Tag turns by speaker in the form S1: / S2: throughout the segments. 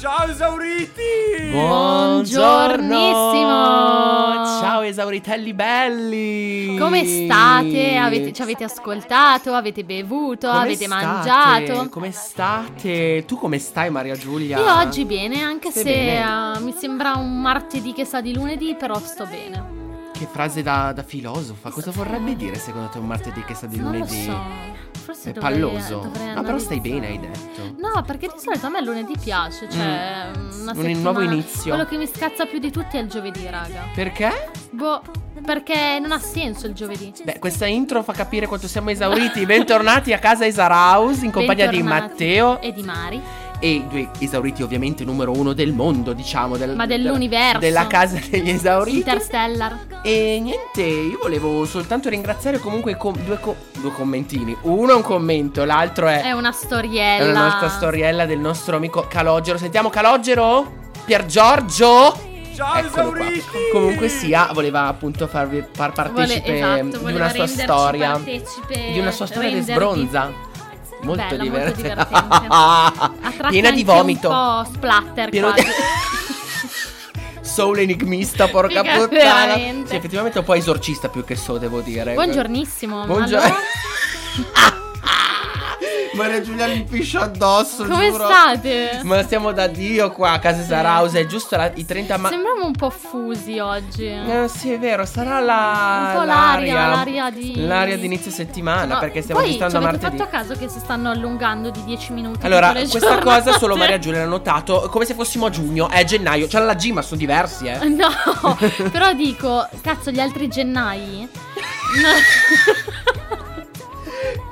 S1: Ciao esauriti!
S2: Buongiornissimo!
S3: Ciao esauritelli belli!
S2: Come state? Avete- ci avete ascoltato? Avete bevuto?
S3: Come
S2: avete
S3: state?
S2: mangiato?
S3: Come state? Tu come stai Maria Giulia?
S2: Io oggi bene, anche
S3: Stai
S2: se
S3: bene?
S2: eh, mi sembra un martedì che sa di lunedì, però sto bene.
S3: Che frase da, da filosofa, cosa vorrebbe dire secondo te un martedì che sta di
S2: non
S3: lunedì?
S2: lo so. Forse
S3: È
S2: dovrei-
S3: palloso.
S2: dovrei
S3: Ma però
S2: analizzare.
S3: stai bene, hai detto.
S2: No, perché di solito a me il lunedì piace, cioè una
S3: Mm. Un
S2: settimana-
S3: nuovo inizio.
S2: Quello che mi scazza più di tutti è il giovedì, raga.
S3: Perché?
S2: Boh, perché non ha senso il giovedì.
S3: Beh, questa intro fa capire quanto siamo esauriti. Bentornati a casa Esaraus in compagnia
S2: Bentornati.
S3: di Matteo
S2: e di Mari.
S3: e i due esauriti ovviamente numero uno del mondo, diciamo, del-
S2: Ma
S3: del-
S2: dell'universo.
S3: Della casa degli esauriti.
S2: Interstellar.
S3: E niente, io volevo soltanto ringraziare comunque i com- due, co- due commentini. Uno è un commento, l'altro è,
S2: È una
S3: è
S2: storiella.
S3: una nostra storiella del nostro amico Calogero. Sentiamo Calogero? Pier Giorgio?
S1: Ciao
S3: Eccolo qua.
S1: esauriti!
S3: Comunque sia, voleva appunto farvi far
S2: Vole-
S3: partecipe
S2: esatto,
S3: di
S2: voleva
S3: una sua
S2: renderci
S3: storia.
S2: partecipe-
S3: Di una sua storia che
S2: rendervi-
S3: sbronza. Molto
S2: Bella, molto
S3: divertente.
S2: divertente. A tratti
S3: Piena
S2: anche
S3: di vomito.
S2: Un po' splatter
S3: Pieno di-
S2: quasi.
S3: Soul enigmista, porca
S2: Figa,
S3: puttana.
S2: veramente.
S3: Sì, effettivamente un po' esorcista più che so, devo dire.
S2: Buongiornissimo.
S3: Buongiorno.
S2: Allora,
S3: Maria Giulia mi piscia addosso.
S2: come
S3: giuro.
S2: state?
S3: Ma siamo da Dio qua a casa Sarausa. È giusto la- i 30 ma.
S2: Sembriamo un po' fusi oggi.
S3: Eh, sì, è vero, sarà la.
S2: Un po' l'aria, l'aria di-
S3: L'aria di inizio settimana.
S2: No,
S3: perché stiamo
S2: poi
S3: registrando a
S2: ci avete
S3: martedì.
S2: fatto caso che si stanno allungando di 10 minuti
S3: Allora,
S2: tutte le
S3: questa
S2: giornate?
S3: cosa solo Maria Giulia l'ha notato. è Come se fossimo a giugno, è gennaio. C'è la G, ma sono diversi, eh.
S2: No, però dico, cazzo, gli altri gennai? No.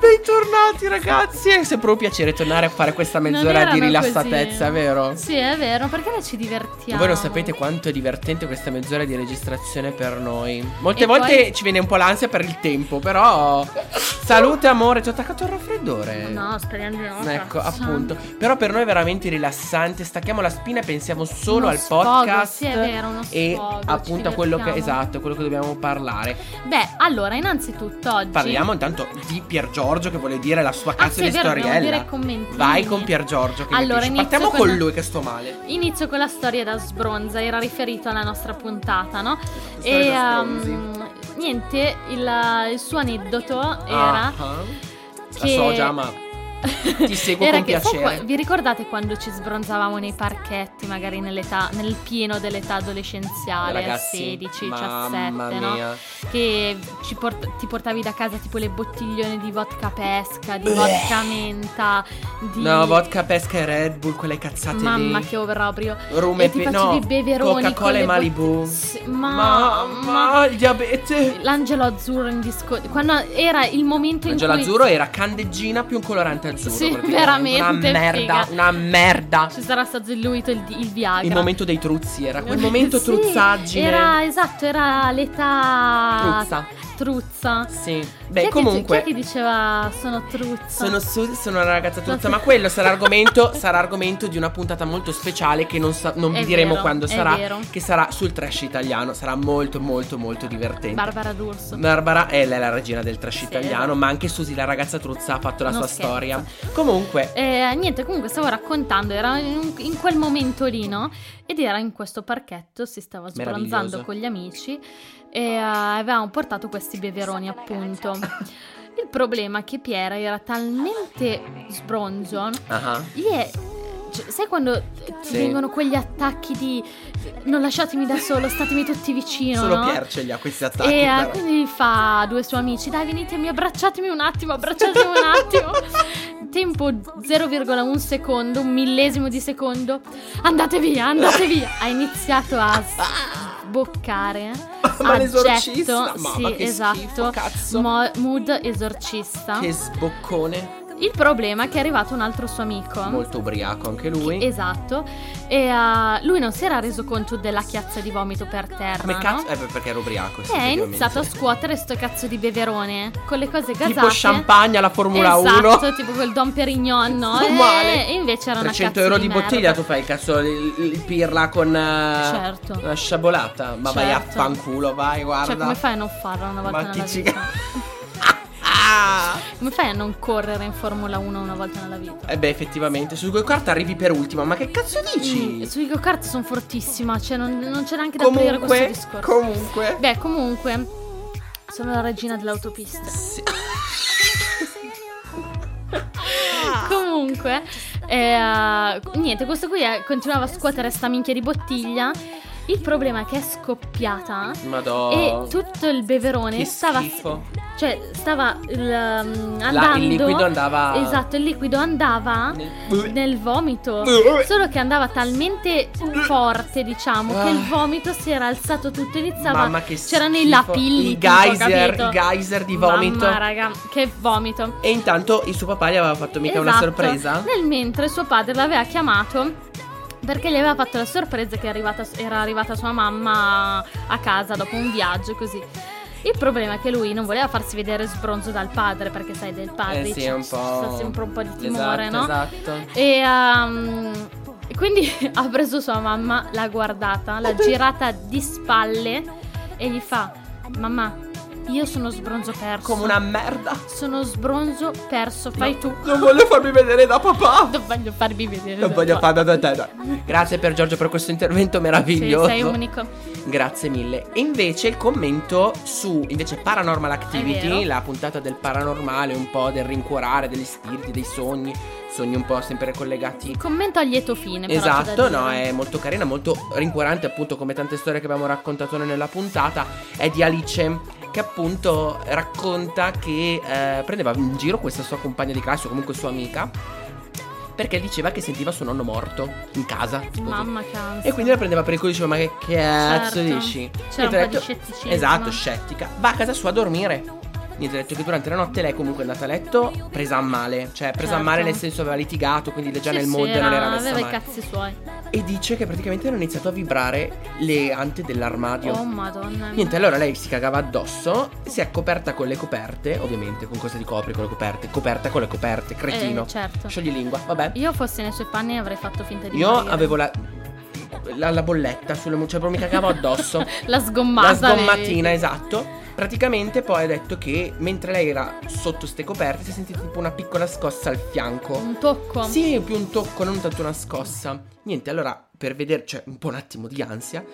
S3: Bentornati, ragazzi. È sempre un piacere tornare a fare questa
S2: Non
S3: mezz'ora
S2: erano
S3: di rilassatezza,
S2: così.
S3: vero?
S2: Sì, è vero, perché noi ci divertiamo.
S3: Voi non sapete quanto è divertente questa mezz'ora di registrazione per noi. Molte
S2: E
S3: volte
S2: poi-
S3: ci viene un po' l'ansia per il tempo, però. Salute, amore, ti ho attaccato il raffreddore.
S2: No, speriamo di no. cioè,
S3: Ecco,
S2: cazzo.
S3: appunto. Però per noi è veramente rilassante. Stacchiamo la spina e pensiamo solo
S2: Uno
S3: al
S2: sfogo,
S3: podcast.
S2: sì, è vero, uno
S3: e
S2: sfogo, ci
S3: appunto a quello che.
S2: divertiamo.
S3: Esatto, a quello che dobbiamo parlare.
S2: Beh, allora, innanzitutto oggi
S3: Parliamo intanto di Pier Giorgio che vuole dire la sua
S2: Ah,
S3: cazzo
S2: sì, è
S3: di
S2: vero, dobbiamo
S3: storiella.
S2: dire commenti.
S3: Vai con Pier Giorgio. Che mi
S2: Allora,
S3: piace.
S2: inizio
S3: partiamo
S2: con-
S3: con lui che sto male.
S2: Inizio con la storia da sbronza, era riferito alla nostra puntata, no?
S3: Storia da
S2: ehm,
S3: stronzi.
S2: niente, il, il suo aneddoto era
S3: Ah, ah. La
S2: che-
S3: so già, ma ti seguo
S2: Era
S3: con
S2: che- sai
S3: piacere.
S2: qua- vi ricordate quando ci sbronzavamo nei parchetti, magari nell'età, nel pieno dell'età adolescenziale,
S3: Ragazzi,
S2: 16, 17,
S3: mamma
S2: no?
S3: mia.
S2: Che ci port- ti portavi da casa tipo le bottiglioni di vodka pesca, di vodka menta, di...
S3: No, vodka, pesca e Red Bull, quelle cazzate
S2: Mamma
S3: lì.
S2: che overobrio.
S3: Rum
S2: e
S3: e
S2: ti
S3: pe-
S2: facevi
S3: no,
S2: beveroni con
S3: Coca-Cola
S2: le
S3: e
S2: bo-
S3: Malibu.
S2: Sì,
S3: Mamma, il diabete.
S2: L'angelo azzurro in discoteca. Quando era il momento
S3: Angelo
S2: in cui
S3: azzurro era candeggina più un colorante azzurro.
S2: Sì, veramente,
S3: praticamente. Una merda,
S2: figa.
S3: una merda.
S2: ci sarà stato diluito il, il Viagra.
S3: Il momento dei truzzi era quel momento
S2: Sì,
S3: truzzaggine.
S2: Era esatto, era l'età
S3: Truzza.
S2: truzza.
S3: Sì.
S2: Chi
S3: Beh,
S2: è che-
S3: comunque.
S2: chi è che diceva sono truzza?
S3: Sono, su- sono una ragazza tutta,
S2: Sono-
S3: ma quello sarà argomento, sarà argomento di una puntata molto speciale che non, sa- non vi
S2: È
S3: diremo
S2: vero,
S3: quando
S2: è
S3: sarà,
S2: vero.
S3: che sarà sul trash italiano, sarà molto molto molto divertente.
S2: Barbara D'Urso.
S3: Barbara è la, la regina del trash
S2: Sì,
S3: italiano,
S2: esatto.
S3: ma anche Susi la ragazza truzza ha fatto la
S2: Non
S3: sua
S2: scherzo.
S3: storia. Comunque,
S2: Eh, niente, comunque stavo raccontando, era in, in quel momento lì, no? Ed era in questo parchetto, si stava
S3: Meraviglioso.
S2: sbronzando con gli amici e eh, avevamo portato questi beveroni, appunto. Il problema è che Piera era talmente sbronzo,
S3: ah,
S2: gli è... cioè, sai quando ti
S3: Sì.
S2: vengono quegli attacchi di non lasciatemi da solo, statemi tutti vicino,
S3: solo
S2: no?
S3: Pier ce li ha questi attacchi.
S2: E eh,
S3: però.
S2: quindi fa a due suoi amici: Dai, venitemi, abbracciatemi un attimo, abbracciatemi un attimo. Tempo 0,1 secondo, un millesimo di secondo. Andate via, andate via. Ha iniziato a sboccare.
S3: Ah, ma
S2: a
S3: l'esorcista,
S2: getto,
S3: mamma,
S2: sì,
S3: che schifo,
S2: esatto.
S3: cazzo.
S2: Mo- mood esorcista.
S3: che sboccone,
S2: Il problema è che è arrivato un altro suo amico.
S3: molto ubriaco anche
S2: che-
S3: lui.
S2: Esatto, e eh, lui non si era reso conto della chiazza di vomito per terra.
S3: Come
S2: no?
S3: cazzo? Eh, beh, perché era ubriaco.
S2: E
S3: sì,
S2: ha
S3: effettivamente.
S2: iniziato a scuotere sto cazzo di beverone con le cose gasate.
S3: Tipo champagne alla Formula 1.
S2: Esatto, tipo quel Don Perignon, no?
S3: Sto
S2: E-
S3: male.
S2: E invece era una
S3: 300
S2: cazzo
S3: euro di,
S2: merda.
S3: bottiglia tu fai il cazzo il, il pirla con eh,
S2: Certo.
S3: una sciabolata ma vai a
S2: Certo.
S3: fanculo vai guarda
S2: Cioè, come fai a non farla una volta
S3: ma
S2: nella
S3: chi ci
S2: vita?
S3: Ah!
S2: Come fai a non correre in Formula 1 una volta nella vita?
S3: Eh beh, effettivamente, su go kart arrivi per ultima, ma che cazzo
S2: Mm,
S3: dici?
S2: sui go-kart sono fortissima, cioè non, non c'è neanche da aprire questo
S3: Comunque,
S2: discorso.
S3: comunque.
S2: Beh, comunque, sono la regina dell'autopista.
S3: Sì.
S2: Comunque, eh, niente, questo qui è- continuava a scuotere sta minchia di bottiglia. Il problema è che è scoppiata
S3: Madonna.
S2: e tutto il beverone
S3: Oh. Che
S2: stava.
S3: schifo.
S2: Cioè, stava il, um, andando.
S3: La- il liquido andava
S2: Esatto, il liquido andava
S3: Nel-
S2: nel vomito. Solo che andava talmente forte, diciamo, che il vomito si era alzato tutto. Iniziava.
S3: Ah. Mamma che
S2: c'erano i
S3: schifo.
S2: lapilli.
S3: I
S2: tipo,
S3: geyser,
S2: capito?
S3: i geyser di vomito.
S2: Mamma, raga, che vomito.
S3: E intanto il suo papà gli aveva fatto mica una
S2: Esatto.
S3: sorpresa.
S2: Nel mentre suo padre l'aveva chiamato perché gli aveva fatto la sorpresa che è arrivata- era arrivata sua mamma a casa dopo un viaggio così. Il problema è che lui non voleva farsi vedere sbronzo dal padre perché sai del padre
S3: Eh sì,
S2: c'è-
S3: è un po'.
S2: c'è sempre un po' di timore,
S3: esatto,
S2: no?
S3: Esatto.
S2: E ehm, e quindi ha preso sua mamma, l'ha guardata, l'ha girata di spalle e gli fa: "Mamma, io sono sbronzo perso.
S3: Come una merda.
S2: sono sbronzo perso, fai
S3: No,
S2: tu". Esatto.
S3: Non voglio farmi vedere da papà.
S2: Non voglio farvi vedere.
S3: Non voglio farmi vedere da te. Grazie per Giorgio per questo intervento meraviglioso.
S2: sei unico.
S3: Grazie mille. E invece il commento su invece Paranormal
S2: È vero.
S3: Activity, la puntata del paranormale, un po' del rincuorare, degli spiriti, dei sogni, sogni un po' sempre collegati.
S2: Commento a lieto fine. però, c'è da
S3: Esatto,
S2: dire.
S3: no, è molto carina, molto rincuorante, appunto, come tante storie che abbiamo raccontato noi nella puntata. È di Alice che appunto racconta che eh, prendeva in giro questa sua compagna di classe o comunque sua amica perché diceva che sentiva suo nonno morto in casa. così.
S2: Mamma cazzo.
S3: E quindi la prendeva per il culo e diceva: Ma che cazzo
S2: Certo.
S3: dici?
S2: C'era
S3: Niente,
S2: un
S3: ha
S2: po' di scetticismo.
S3: Esatto, scettica. Va a casa sua a dormire. Niente, ha detto che durante la notte lei comunque è andata a letto presa a male. Cioè, presa a
S2: Certo.
S3: male nel senso aveva litigato, quindi già
S2: Sì,
S3: nel
S2: sì,
S3: mondo non era messa
S2: Aveva i
S3: male.
S2: cazzi suoi.
S3: E dice che praticamente hanno iniziato a vibrare le ante dell'armadio.
S2: Oh madonna.
S3: Niente, allora lei si cagava addosso, si è coperta con le coperte, ovviamente, con cosa ti copri con le coperte? Coperta con le coperte, cretino.
S2: Eh, certo.
S3: Sciogli lingua, vabbè.
S2: Io fossi nei suoi panni avrei fatto finta di
S3: Io
S2: morire.
S3: avevo la, la, la bolletta sulle mu- cioè proprio mi cagavo addosso.
S2: La sgommata.
S3: la sgommatina,
S2: vedi?
S3: esatto. Praticamente poi ha detto che mentre lei era sotto ste coperte si è sentita tipo una piccola scossa al fianco.
S2: Un tocco.
S3: Sì, più un tocco, non tanto una scossa. Niente, allora per vedere, cioè un po' un attimo di ansia,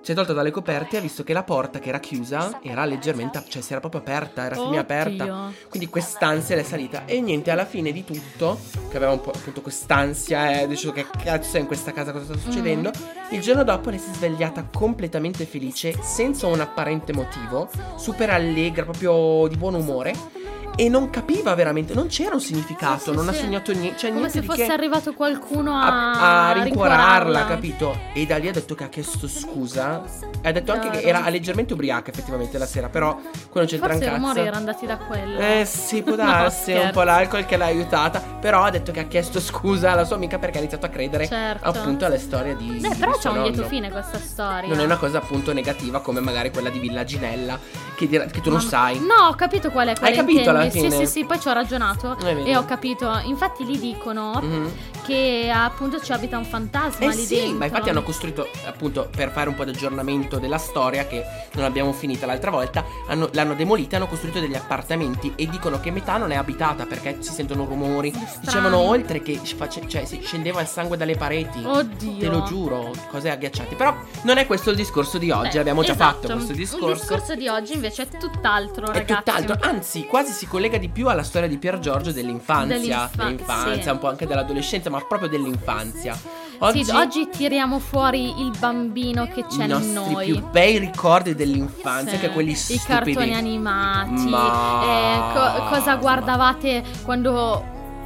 S3: si è tolta dalle coperte e ha visto che la porta che era chiusa era leggermente, cioè si era proprio aperta, era semiaperta.
S2: Oddio.
S3: Quindi quest'ansia le è salita. E niente, alla fine di tutto, che aveva un po' appunto quest'ansia e ha deciso che cazzo è in questa casa, cosa sta succedendo.
S2: Mm.
S3: Il giorno dopo lei si è svegliata completamente felice, senza un apparente motivo, super allegra, proprio di buon umore. E non capiva veramente, non c'era un significato,
S2: Sì, sì,
S3: non ha
S2: sì.
S3: sognato niente, cioè
S2: Come
S3: niente
S2: se
S3: di
S2: fosse
S3: che
S2: arrivato qualcuno
S3: a,
S2: a,
S3: a rincuorarla,
S2: rincuorarla.
S3: capito? E da lì ha detto che ha chiesto scusa. E ha detto anche che
S2: Chiaro.
S3: era leggermente ubriaca effettivamente la sera, però quello non c'entra
S2: Forse i
S3: un
S2: rumori
S3: cazzo.
S2: erano andati da quello.
S3: Eh sì, può
S2: No,
S3: darsi, è un
S2: scherzo.
S3: po' l'alcol che l'ha aiutata, però ha detto che ha chiesto scusa alla sua amica perché ha iniziato a credere
S2: Certo.
S3: appunto alle storie di...
S2: Beh,
S3: di
S2: però
S3: suo
S2: c'è un lieto
S3: nonno.
S2: fine eh. questa storia.
S3: Non è una cosa appunto negativa come magari quella di Villaginella che, dirà- che tu non
S2: Mamma-
S3: sai.
S2: No, ho capito qual è quella
S3: capito alla
S2: intendi. Sì,
S3: fine?
S2: sì, sì, poi ci ho ragionato
S3: Eh, vedi.
S2: e ho capito. Infatti lì dicono
S3: Mhm.
S2: che appunto ci abita un fantasma
S3: Eh
S2: lì
S3: sì,
S2: dentro.
S3: ma infatti hanno costruito appunto per fare un po' di aggiornamento della storia che non abbiamo finita l'altra volta, hanno- l'hanno demolita, hanno costruito degli appartamenti e dicono che metà non è abitata perché si sentono rumori.
S2: Strani.
S3: Dicevano oltre che sc- face- cioè, si scendeva il sangue dalle pareti.
S2: Oddio.
S3: Te lo giuro, cose agghiacciate. Però non è questo il discorso di oggi,
S2: Beh,
S3: abbiamo già
S2: esatto.
S3: fatto questo discorso.
S2: Il discorso di oggi invece è tutt'altro,
S3: È
S2: ragazzi.
S3: tutt'altro, anzi, quasi si collega di più alla storia di Pier Giorgio dell'infanzia,
S2: Dell'infa-
S3: dell'infanzia,
S2: sì.
S3: un po' anche dell'adolescenza, ma proprio dell'infanzia.
S2: Oggi... Sì, oggi tiriamo fuori il bambino che c'è
S3: i
S2: in
S3: nostri
S2: noi.
S3: più bei ricordi dell'infanzia,
S2: Sì.
S3: che quelli
S2: I
S3: stupidi.
S2: cartoni animati.
S3: Ma-
S2: eh, co- cosa guardavate quando
S3: Ho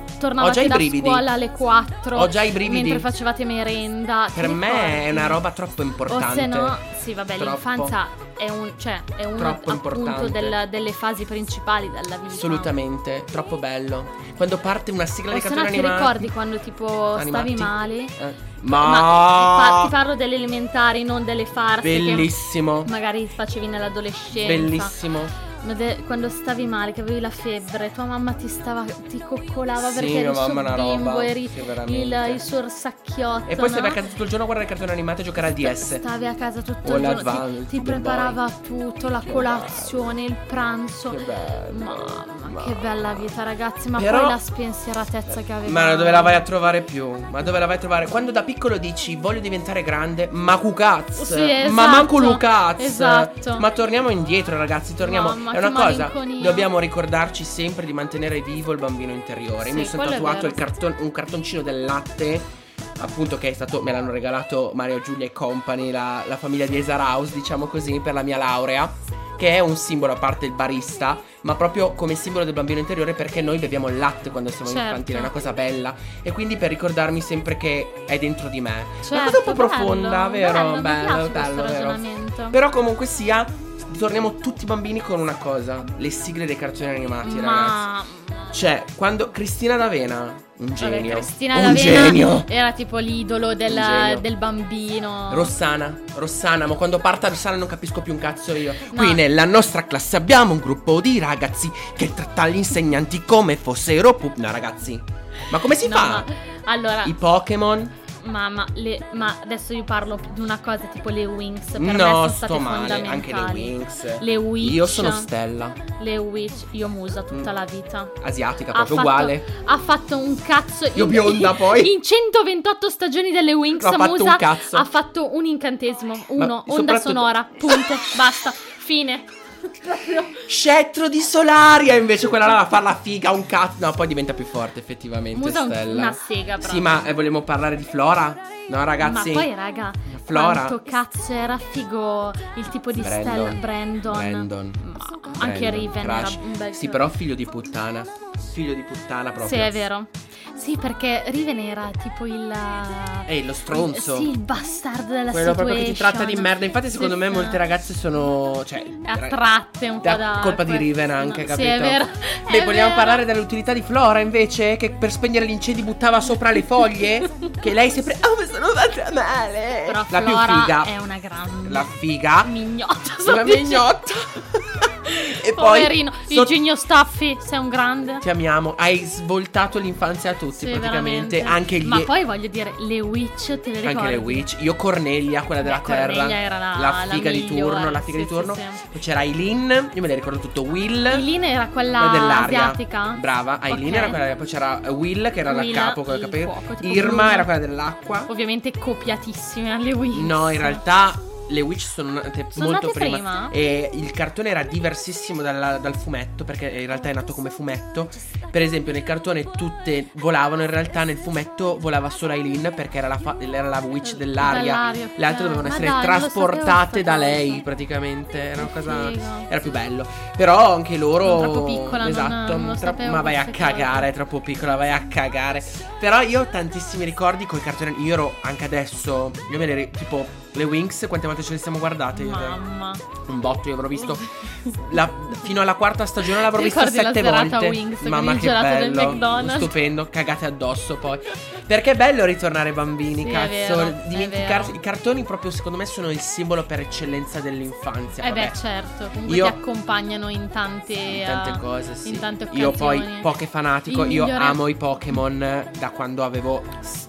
S3: già
S2: tornavate
S3: i
S2: da
S3: brividi.
S2: scuola alle 4?
S3: Ho già i brividi.
S2: Mentre facevate merenda. ti
S3: Per me
S2: ricordi?
S3: è una roba troppo
S2: O
S3: importante.
S2: se no, sì, vabbè,
S3: Troppo.
S2: l'infanzia è, un, cioè, è uno
S3: Troppo
S2: appunto
S3: importante.
S2: del- delle fasi principali della vita.
S3: Assolutamente, troppo bello. Quando parte una sigla
S2: O
S3: di
S2: se no
S3: cartoni
S2: ti
S3: animati.
S2: ricordi quando tipo stavi
S3: Animati.
S2: male?
S3: Eh,
S2: ti,
S3: Ma,
S2: par- ti parlo delle elementari, non delle farse
S3: bellissimo.
S2: che magari facevi nell'adolescenza.
S3: Bellissimo.
S2: Ma de- quando stavi male, che avevi la febbre, tua mamma ti stava ti coccolava
S3: Sì,
S2: perché
S3: mia
S2: eri il suo
S3: mamma è una roba,
S2: bimbo, eri
S3: sì,
S2: il,
S3: veramente.
S2: il suo sacchiotto.
S3: E poi
S2: no?
S3: stavi a casa tutto il giorno a guardare cartoni animati e giocare al DS.
S2: Stavi a casa tutto
S3: O
S2: il giorno,
S3: l'Advance,
S2: ti, ti
S3: Game
S2: preparava tutto, la
S3: Che
S2: colazione, il pranzo.
S3: Che bello.
S2: Mamma
S3: Ma-
S2: Che bella vita, ragazzi, ma
S3: Però-
S2: poi la spensieratezza che avevo.
S3: Ma dove la vai a trovare più? Ma dove la vai a trovare? Quando da piccolo dici voglio diventare grande, ma cucaz!
S2: Sì, esatto.
S3: ma manco lucaz!
S2: Esatto.
S3: Ma torniamo indietro, ragazzi, torniamo.
S2: Mamma,
S3: è una
S2: che
S3: cosa,
S2: malinconia.
S3: dobbiamo ricordarci sempre di mantenere vivo il bambino interiore.
S2: Sì,
S3: Mi sono
S2: quello è
S3: tatuato
S2: vero.
S3: il carton- un cartoncino del latte. Appunto, che è stato, me l'hanno regalato Mario Giulia e Company, la, la famiglia di Esaraus, diciamo così, per la mia laurea. Che è un simbolo a parte il barista, ma proprio come simbolo del bambino interiore, perché noi beviamo il latte quando siamo in
S2: Certo.
S3: infantili, è una cosa bella. E quindi per ricordarmi sempre che è dentro di me. una cosa
S2: Certo,
S3: un po'
S2: bello,
S3: profonda, vero?
S2: Bello, mi
S3: bello,
S2: piace
S3: bello,
S2: questo
S3: vero.
S2: ragionamento.
S3: Però comunque sia, torniamo tutti bambini con una cosa: le sigle dei cartoni animati, ragazzi.
S2: ma
S3: Cioè, quando Cristina D'Avena, un genio.
S2: Vabbè, Cristina
S3: un
S2: D'Avena
S3: genio.
S2: era tipo l'idolo del,
S3: Un genio.
S2: del bambino.
S3: Rossana, Rossana, ma quando parta Rossana non capisco più un cazzo io.
S2: No.
S3: Qui nella nostra classe abbiamo un gruppo di ragazzi che tratta gli insegnanti come fossero pup. No, ragazzi, ma come si
S2: No,
S3: fa?
S2: ma- allora,
S3: I Pokémon?
S2: ma, ma le- ma adesso io parlo di una cosa tipo le Wings. Per me
S3: no,
S2: sono state
S3: sto male,
S2: fondamentali.
S3: anche le Wings.
S2: Le Witch.
S3: Io sono Stella,
S2: Le Witch, io musa tutta
S3: Mm.
S2: la vita.
S3: asiatica,
S2: Ha
S3: proprio
S2: fatto-
S3: uguale.
S2: Ha fatto un cazzo.
S3: Io
S2: in-
S3: bionda, poi.
S2: In 128 stagioni delle Wings,
S3: Ha fatto
S2: Musa
S3: un cazzo.
S2: ha fatto un incantesimo. Uno, onda
S3: soprattutto-
S2: sonora. Punto. basta. Fine.
S3: Scettro di Solaria, invece quella là la fa la figa, un cazzo. No, poi diventa più forte effettivamente
S2: Musa è un-
S3: Stella.
S2: una sega,
S3: Sì,
S2: proprio.
S3: ma eh, volevamo parlare di Flora? No, ragazzi.
S2: Ma poi, raga,
S3: Flora.
S2: quanto cazzo era figo il tipo di Stella Brandon.
S3: Brandon.
S2: Ma anche
S3: Brandon,
S2: Riven era
S3: Crash.
S2: un bel
S3: Sì, però figlio di puttana. Figlio di puttana proprio.
S2: Sì, è vero. Sì, perché Riven era tipo il.
S3: Ehi, lo stronzo.
S2: Sì, il bastardo della
S3: Quello proprio che ti
S2: situation.
S3: tratta di merda. Infatti, secondo
S2: Sì,
S3: me,
S2: sì.
S3: molte ragazze sono. Cioè,
S2: A tratte un po'
S3: da-
S2: da.
S3: colpa di
S2: que-
S3: Riven
S2: no,
S3: anche, capito?
S2: Sì, è vero.
S3: Beh,
S2: è
S3: vogliamo
S2: vero.
S3: parlare dell'utilità di Flora invece? Che per spegnere gli incendi buttava sopra le foglie? che lei sempre. Oh, mi sono fatta male!
S2: Però
S3: la
S2: Flora
S3: più figa.
S2: è una grande.
S3: La figa.
S2: mignotta. sto
S3: La
S2: dicendo.
S3: mignotta. e poi.
S2: Poverino.
S3: sotto-
S2: Eugenio Staffi, sei un grande.
S3: Ti amiamo, hai svoltato l'infanzia a tutti
S2: Sì,
S3: praticamente.
S2: veramente.
S3: Anche gli.
S2: Ma poi voglio dire, le witch te le ricordi?
S3: Anche le witch, io Cornelia, quella della
S2: Beh,
S3: terra,
S2: Cornelia era la- la
S3: figa di
S2: migliore,
S3: turno, la figa
S2: sì,
S3: di turno.
S2: sì, sì.
S3: Poi c'era Eileen, io me la ricordo tutto Will.
S2: Eileen era quella
S3: quella dell'aria.
S2: asiatica.
S3: Brava, Eileen
S2: Ok.
S3: era quella, poi c'era Will che era
S2: Will,
S3: la capo con i
S2: il
S3: capelli.
S2: fuoco, tipo
S3: Irma
S2: blu.
S3: era quella dell'acqua.
S2: Ovviamente copiatissime alle witch.
S3: No, in realtà le witch sono nate
S2: Sono
S3: molto
S2: nate
S3: prima.
S2: prima?
S3: E il cartone era diversissimo dalla- dal fumetto, perché in realtà è nato come fumetto. Per esempio, nel cartone tutte volavano, in realtà nel fumetto volava solo Eileen perché era la, fa- era la witch dell'aria.
S2: Dall'aria,
S3: Le altre
S2: ok.
S3: dovevano
S2: Ma
S3: essere
S2: dai, non lo sapevo
S3: trasportate
S2: sta
S3: da
S2: cosa.
S3: lei, praticamente. Era una
S2: Che
S3: cosa.
S2: figo.
S3: Era più bello. Però anche loro.
S2: Sono troppo piccola, non-
S3: esatto.
S2: non lo
S3: tro-
S2: sapevo
S3: ma vai a
S2: queste
S3: cagare,
S2: cose.
S3: è troppo piccola, vai a cagare. Però io ho tantissimi ricordi con i cartoni. Io ero anche adesso. Io me le. ri- Tipo, le Wings, quante volte ce le siamo guardate? Io-
S2: Mamma.
S3: Un botto, io avrò visto. la- fino alla quarta stagione l'avrò
S2: Ti
S3: vista
S2: ricordi la
S3: sette
S2: serata
S3: volte.
S2: Wings con
S3: Mamma
S2: il
S3: che
S2: gelato del
S3: bello.
S2: McDonald's?
S3: Stupendo, cagate addosso poi. Perché è bello ritornare bambini,
S2: Sì, è
S3: cazzo.
S2: vero, è
S3: Dimenticarsi.
S2: vero.
S3: I cartoni, proprio secondo me, sono il simbolo per eccellenza dell'infanzia.
S2: Eh
S3: Cioè, Vabbè,
S2: beh, certo, comunque
S3: Io-
S2: ti accompagnano in tante,
S3: in tante
S2: eh,
S3: cose, sì.
S2: in tante
S3: io poi,
S2: occasioni.
S3: poche fanatico,
S2: Il
S3: io
S2: migliore-
S3: amo i Pokémon da quando avevo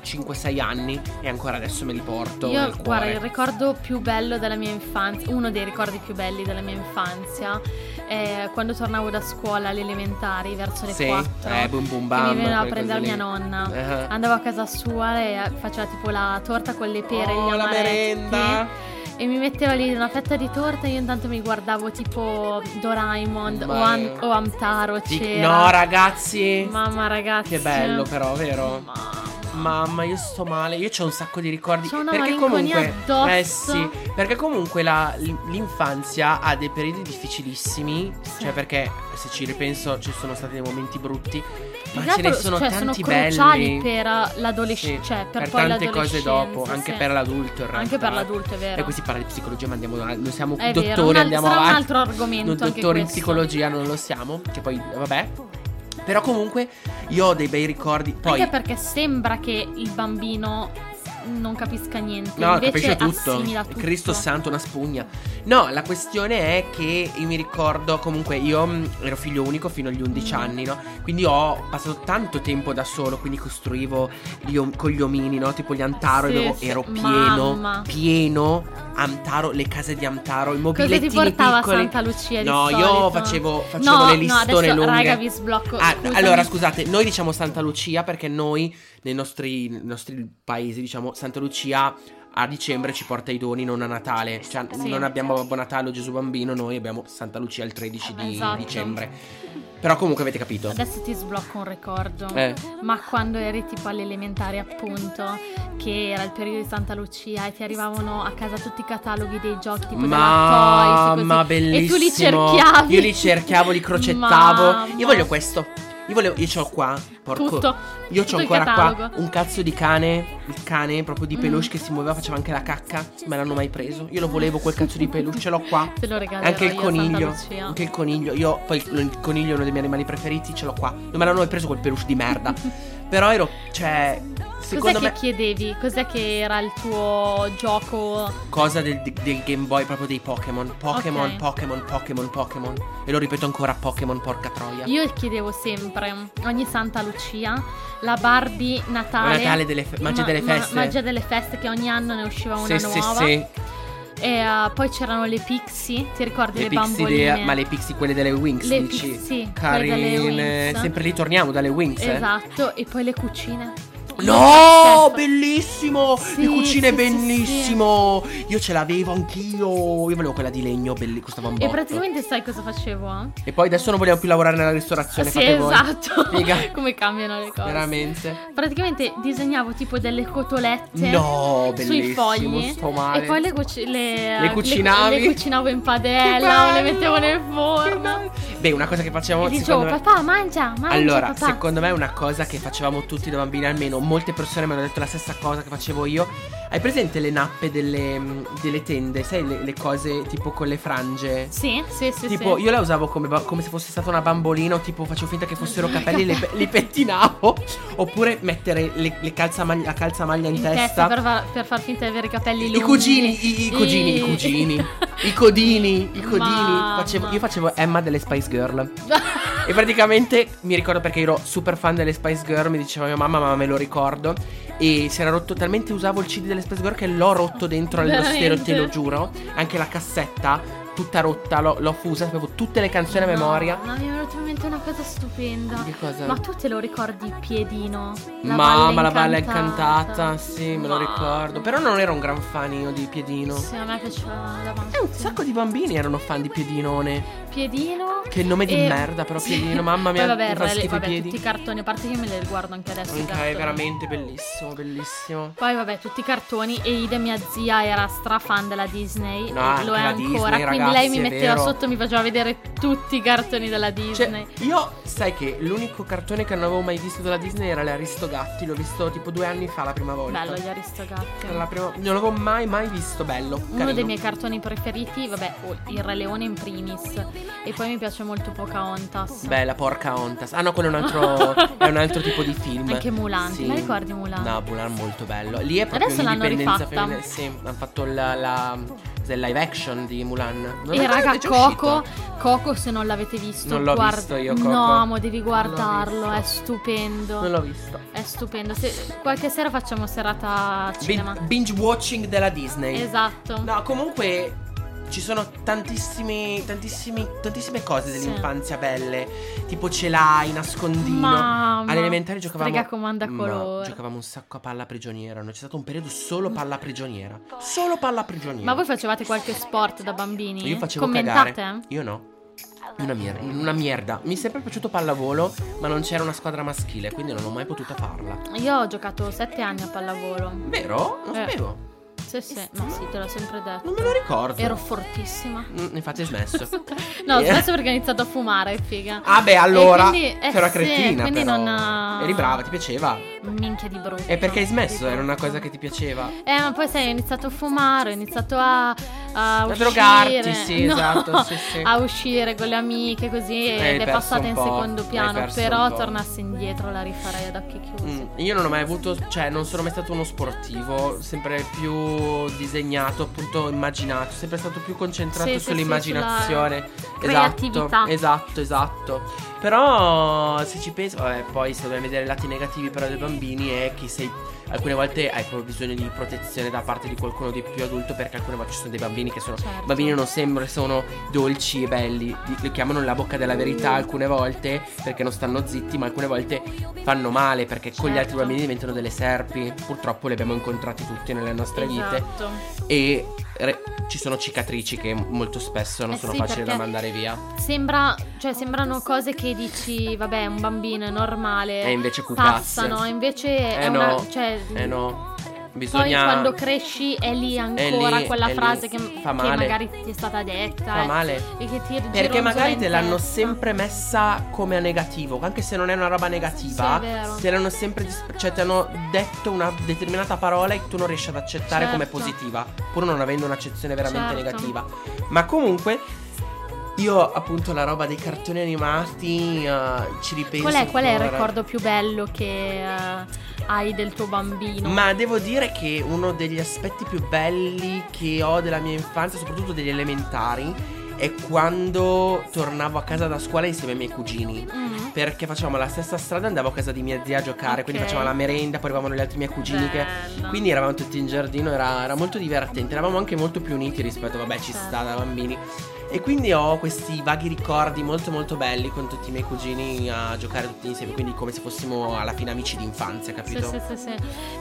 S3: 5-6 anni e ancora adesso me li porto
S2: Io,
S3: nel
S2: guarda,
S3: cuore.
S2: il ricordo più bello della mia infanzia, uno dei ricordi più belli della mia infanzia, è quando tornavo da scuola alle elementari verso le
S3: Sì,
S2: 4.
S3: eh, boom boom
S2: che
S3: bam.
S2: mi veniva a
S3: quelle
S2: prendere
S3: cose
S2: mia
S3: lì.
S2: nonna.
S3: Eh.
S2: Andavo a casa sua e faceva tipo la torta con le pere,
S3: Oh,
S2: gli
S3: la
S2: amaretti.
S3: merenda.
S2: E mi metteva lì una fetta di torta e io intanto mi guardavo tipo Doraemon o,
S3: Ma-
S2: Am- o Amtaro.
S3: Sì,
S2: c'era.
S3: No, ragazzi.
S2: Mamma ragazzi.
S3: Che bello, però, vero?
S2: Mamma.
S3: Mamma, io sto male. Io c'ho un sacco di ricordi.
S2: C'ho una
S3: perché
S2: malinconia
S3: comunque.
S2: addosso.
S3: Eh sì. Perché comunque la- l'infanzia ha dei periodi difficilissimi.
S2: Sì.
S3: Cioè, perché se ci ripenso, ci sono stati dei momenti brutti.
S2: Più
S3: Ma
S2: che
S3: ce ne
S2: altro,
S3: sono
S2: cioè,
S3: tanti
S2: sono
S3: belli.
S2: cruciali per l'adolescenza,
S3: Sì,
S2: cioè per,
S3: per
S2: poi
S3: tante
S2: l'adolescenza,
S3: cose dopo, anche
S2: sì.
S3: per l'adulto. in realtà.
S2: Anche per l'adulto, è vero.
S3: E qui si parla di psicologia, ma andiamo. Non siamo
S2: È
S3: dottori,
S2: vero, un al-
S3: andiamo
S2: sarà un
S3: avanti.
S2: altro argomento
S3: Non
S2: anche
S3: dottori in
S2: questo.
S3: psicologia, non lo siamo. Che poi, vabbè. Però comunque io ho dei bei ricordi. Poi
S2: Anche perché sembra che il bambino non capisca niente,
S3: No,
S2: invece
S3: capisce tutto.
S2: assimila tutto.
S3: Cristo santo, una spugna. No, la questione è che io mi ricordo, comunque io mh, ero figlio unico fino agli 11
S2: Mm.
S3: anni, no? Quindi ho passato tanto tempo da solo, quindi costruivo gli om- con gli omini, no? Tipo gli antaro, e
S2: Sì,
S3: dovevo-
S2: sì,
S3: ero pieno,
S2: mamma.
S3: pieno Amtaro, le case di Amtaro, i
S2: Cosa
S3: mobilettini
S2: ti portava
S3: piccoli.
S2: a Santa Lucia di
S3: no, io
S2: solito?
S3: facevo, facevo
S2: No,
S3: le
S2: no,
S3: listone
S2: adesso
S3: lunghe.
S2: raga vi sblocco.
S3: Ah,
S2: scusami.
S3: allora, scusate, noi diciamo Santa Lucia perché noi, nei nostri, nei nostri paesi, diciamo, Santa Lucia a dicembre ci porta i doni, non a Natale. Cioè,
S2: Sì.
S3: non abbiamo Babbo Natale o Gesù Bambino, noi abbiamo Santa Lucia il 13 di
S2: Esatto.
S3: dicembre. Però comunque avete capito.
S2: Adesso ti sblocco un ricordo.
S3: Eh.
S2: Ma quando eri tipo all'elementare, appunto, che era il periodo di Santa Lucia e ti arrivavano a casa tutti i cataloghi dei giochi, tipo della Toys,
S3: Ma,
S2: così.
S3: ma bellissimo.
S2: E tu li cerchiavi.
S3: Io li cerchiavo, li crocettavo.
S2: Mamma.
S3: Io voglio questo. Io, voglio, io c'ho qua, porco.
S2: Tutto.
S3: Io
S2: tutto il
S3: c'ho ancora qua
S2: catalogo.
S3: un cazzo di cane, il cane proprio di
S2: Mm.
S3: peluche che si muoveva, faceva anche la cacca, me l'hanno mai preso. Io lo volevo quel cazzo di peluche, ce l'ho qua.
S2: Te lo regalerò
S3: Anche il
S2: io a Santa
S3: coniglio,
S2: Lucia.
S3: anche il coniglio. Io poi il- il coniglio è uno dei miei animali preferiti, ce l'ho qua. Non me l'hanno mai preso quel peluche di merda. Però ero, cioè,
S2: Cos'è
S3: secondo me
S2: che chiedevi? Cos'è che era il tuo gioco?
S3: cosa del, del Game Boy proprio dei Pokémon. Pokémon,
S2: Ok.
S3: Pokémon, Pokémon, Pokémon. E lo ripeto ancora, Pokémon, porca troia.
S2: Io chiedevo sempre, ogni Santa Lucia, la Barbie Natale.
S3: Natale delle fe- magia delle feste.
S2: magia delle feste che ogni anno ne usciva una
S3: sì, sì,
S2: nuova.
S3: sì.
S2: E eh, poi c'erano le Pixie, ti ricordi le,
S3: Le pixie,
S2: bamboline?
S3: delle- ma le pixie quelle delle Wings,
S2: Le
S3: dici?
S2: pixie, sì, quelle delle
S3: Carine.
S2: Winx.
S3: Sempre lì torniamo dalle Wings, eh?
S2: Esatto, e poi le cucine.
S3: No, bellissimo!
S2: Sì,
S3: Le cucine,
S2: sì, sì,
S3: bellissimo! Io ce l'avevo anch'io. Io volevo quella di legno, belli, costava un
S2: E
S3: botto.
S2: praticamente sai cosa facevo?
S3: E poi adesso non vogliamo più lavorare nella ristorazione,
S2: sì,
S3: fate voi.
S2: esatto.
S3: Figa.
S2: Come cambiano le cose.
S3: Veramente.
S2: Praticamente disegnavo tipo delle cotolette.
S3: No, bellissimo.
S2: Sui fogli
S3: sto male.
S2: e poi le, cuci- le,
S3: Le cucinavi?
S2: le, le cucinavo in
S3: Che
S2: padella,
S3: bello,
S2: le mettevo nel
S3: che
S2: forno.
S3: bello. Beh, una cosa che facciamo
S2: E dicevo,
S3: secondo me-
S2: papà, mangia, mangia.
S3: Allora,
S2: Ah, papà.
S3: secondo me è una cosa che facevamo tutti da bambini, almeno molte persone mi hanno detto la stessa cosa che facevo io. Hai presente le nappe delle, mh, delle tende? Sai, le, le cose tipo con le frange?
S2: Sì, sì, sì.
S3: tipo,
S2: sì.
S3: io la usavo come, ba- come se fosse stata una bambolina, o tipo facevo finta che fossero capelli, le pe- li pettinavo. Oppure mettere le, le calzamaglia, la calzamaglia in,
S2: in testa, per, fa- per far finta di avere i capelli lunghi.
S3: I cugini, i, i cugini, i cugini, i codini, i codini.
S2: Mamma.
S3: Facevo- io facevo Emma delle Spice Girl. E praticamente mi ricordo perché ero super fan delle Spice Girl, mi diceva mia mamma, ma me lo ricordo. E si era rotto talmente usavo il CD delle Spice Girl che l'ho rotto dentro al
S2: Veramente?
S3: dossiero, te lo giuro. Anche la cassetta, tutta rotta, l'ho, l'ho fusa, sapevo tutte le canzoni a
S2: No,
S3: memoria.
S2: Ma mi è venuta in mente una cosa stupenda.
S3: Che cosa?
S2: Ma tu te lo ricordi Piedino? La
S3: Mamma,
S2: balla
S3: la balla
S2: incantata.
S3: incantata, sì, me lo
S2: Ma-
S3: ricordo. Però non ero un gran fan io di Piedino.
S2: Sì, a me piaceva davanti.
S3: Eh, un sacco di bambini erano fan di Piedinone.
S2: Piedino.
S3: Che nome di
S2: e-
S3: merda, però
S2: sì.
S3: Piedino, mamma mia,
S2: Poi vabbè,
S3: mi fa
S2: re-
S3: schifo i
S2: vabbè,
S3: piedi.
S2: tutti i cartoni, a parte che me li riguardo anche adesso. i
S3: Ok,
S2: cartoni.
S3: veramente bellissimo, bellissimo.
S2: Poi vabbè, tutti i cartoni e Ida mia zia era strafan della Disney,
S3: No, anche
S2: lo è
S3: la
S2: ancora,
S3: Disney,
S2: quindi
S3: ragazzi,
S2: lei mi
S3: è
S2: metteva
S3: vero.
S2: sotto e mi faceva vedere tutti i cartoni della Disney.
S3: Cioè, io sai che l'unico cartone che non avevo mai visto della Disney era l'Aristogatti, l'ho visto tipo due anni fa la prima volta.
S2: Bello gli Aristogatti.
S3: Era la prima- Non l'avevo mai mai visto, bello.
S2: Uno
S3: carino.
S2: dei miei cartoni preferiti, vabbè, oh, il Re Leone in primis. E poi mi piace molto Pocahontas.
S3: Bella porca Ontas. Ah no, quello è un altro, è un altro tipo di film.
S2: Anche Mulan, ti
S3: Sì.
S2: la ricordi Mulan?
S3: No, Mulan molto bello. Lì è proprio
S2: Adesso l'hanno
S3: l'indipendenza
S2: rifatta.
S3: femminile. Sì, hanno fatto la, la, la live action di Mulan. Non
S2: E
S3: è-
S2: raga,
S3: è già
S2: Coco,
S3: uscito? Coco
S2: Coco se non l'avete visto,
S3: Non l'ho
S2: guarda-
S3: visto io, Coco.
S2: No, amo, devi
S3: Non l'ho
S2: guardarlo,
S3: visto.
S2: è stupendo.
S3: Non l'ho visto.
S2: È stupendo. Se- qualche sera facciamo serata al
S3: Bin-
S2: cinema.
S3: binge watching della Disney.
S2: Esatto.
S3: No, comunque ci sono tantissimi, tantissimi, tantissime cose
S2: Sì.
S3: dell'infanzia belle. Tipo ce l'hai, nascondino.
S2: Mamma.
S3: All'elementare giocavamo.
S2: Strega comanda colore.
S3: giocavamo un sacco a palla prigioniera. No? C'è stato un periodo solo palla prigioniera. Solo palla prigioniera.
S2: Ma voi facevate qualche sport da bambini?
S3: Io facevo
S2: Commentate?
S3: cagare. Io no. Una mierda, una mierda. Mi è sempre piaciuto pallavolo, ma non c'era una squadra maschile, quindi non ho mai potuta farla.
S2: Io ho giocato sette anni a pallavolo.
S3: Vero? Non
S2: Eh.
S3: sapevo.
S2: Sì, sì, ma sì, te l'ho sempre detto.
S3: Non me lo ricordo.
S2: Ero fortissima.
S3: Mm, Infatti hai smesso.
S2: No,
S3: Eh.
S2: adesso perché ho iniziato a fumare, figa.
S3: Ah beh, allora
S2: E quindi- eh
S3: sei una
S2: sì,
S3: cretina
S2: quindi
S3: però.
S2: non- eh,
S3: Eri brava, ti piaceva.
S2: Minchia di brutto.
S3: E perché hai smesso?
S2: Di
S3: Era una
S2: brutto.
S3: cosa che ti piaceva.
S2: Eh, ma poi sai, ho iniziato a fumare, ho iniziato a, a, uscire.
S3: drogarti, sì, esatto, sì, sì.
S2: A uscire con le amiche così
S3: Eh, hai
S2: ed è
S3: perso
S2: passata
S3: un
S2: in
S3: po',
S2: secondo
S3: hai
S2: piano.
S3: perso un
S2: Però
S3: po'.
S2: tornassi indietro la rifarei ad occhi chiusi.
S3: Mm, Io non ho mai avuto, cioè non sono mai stato uno sportivo, sempre più disegnato, appunto immaginato, sempre stato più concentrato
S2: Sì, sì, sì,
S3: sull'immaginazione.
S2: creatività.
S3: Esatto, esatto, esatto. Però se ci penso, vabbè, poi se dobbiamo vedere i lati negativi però dei bambini è che sei alcune volte hai proprio bisogno di protezione da parte di qualcuno di più adulto perché alcune volte ci sono dei bambini che sono
S2: Certo.
S3: i bambini non sembrano sono dolci e belli, li, li chiamano la bocca della verità alcune volte perché non stanno zitti, ma alcune volte fanno male perché con gli altri
S2: Certo.
S3: bambini diventano delle serpi. Purtroppo li abbiamo incontrati tutti nelle nostre vite
S2: Esatto.
S3: e re- ci sono cicatrici che molto spesso non
S2: Eh
S3: sono
S2: sì,
S3: facili da
S2: perché-
S3: mandare via.
S2: Sembra, cioè, sembrano cose che dici, vabbè, un bambino è normale.
S3: E invece pupazze.
S2: eh, Passano, invece è
S3: Eh no,
S2: una. Cioè,
S3: eh no,
S2: Poi
S3: bisogna...
S2: quando cresci è lì ancora
S3: È lì,
S2: quella
S3: è lì.
S2: frase che,
S3: Fa
S2: che
S3: male.
S2: magari ti è stata detta
S3: Fa
S2: eh,
S3: male.
S2: e che ti
S3: Perché magari te l'hanno
S2: sempre
S3: sempre messa come a negativo, anche se non è una roba negativa,
S2: Sì, è vero.
S3: te l'hanno sempre dis- cioè ti hanno detto una determinata parola e tu non riesci ad accettare come
S2: Certo.
S3: positiva, pur non avendo un'accezione veramente
S2: Certo.
S3: negativa. Ma comunque io appunto la roba dei cartoni animati eh, ci ripenso.
S2: Qual è, qual è il
S3: ancora.
S2: ricordo più bello che eh, hai del tuo bambino?
S3: Ma devo dire che uno degli aspetti più belli che ho della mia infanzia, soprattutto degli elementari, è quando tornavo a casa da scuola insieme ai miei cugini.
S2: Mm.
S3: Perché facevamo la stessa strada, andavo a casa di mia zia a giocare,
S2: Ok.
S3: quindi facevamo la merenda, poi arrivavano gli altri miei cugini. Che...
S2: Bello.
S3: Quindi eravamo tutti in giardino, era, era molto divertente, eravamo anche molto più uniti rispetto, vabbè, ci
S2: Certo.
S3: sta da bambini. E quindi ho questi vaghi ricordi molto molto belli con tutti i miei cugini a giocare tutti insieme, quindi come se fossimo alla fine amici
S2: Sì,
S3: d'infanzia, capito?
S2: sì, sì,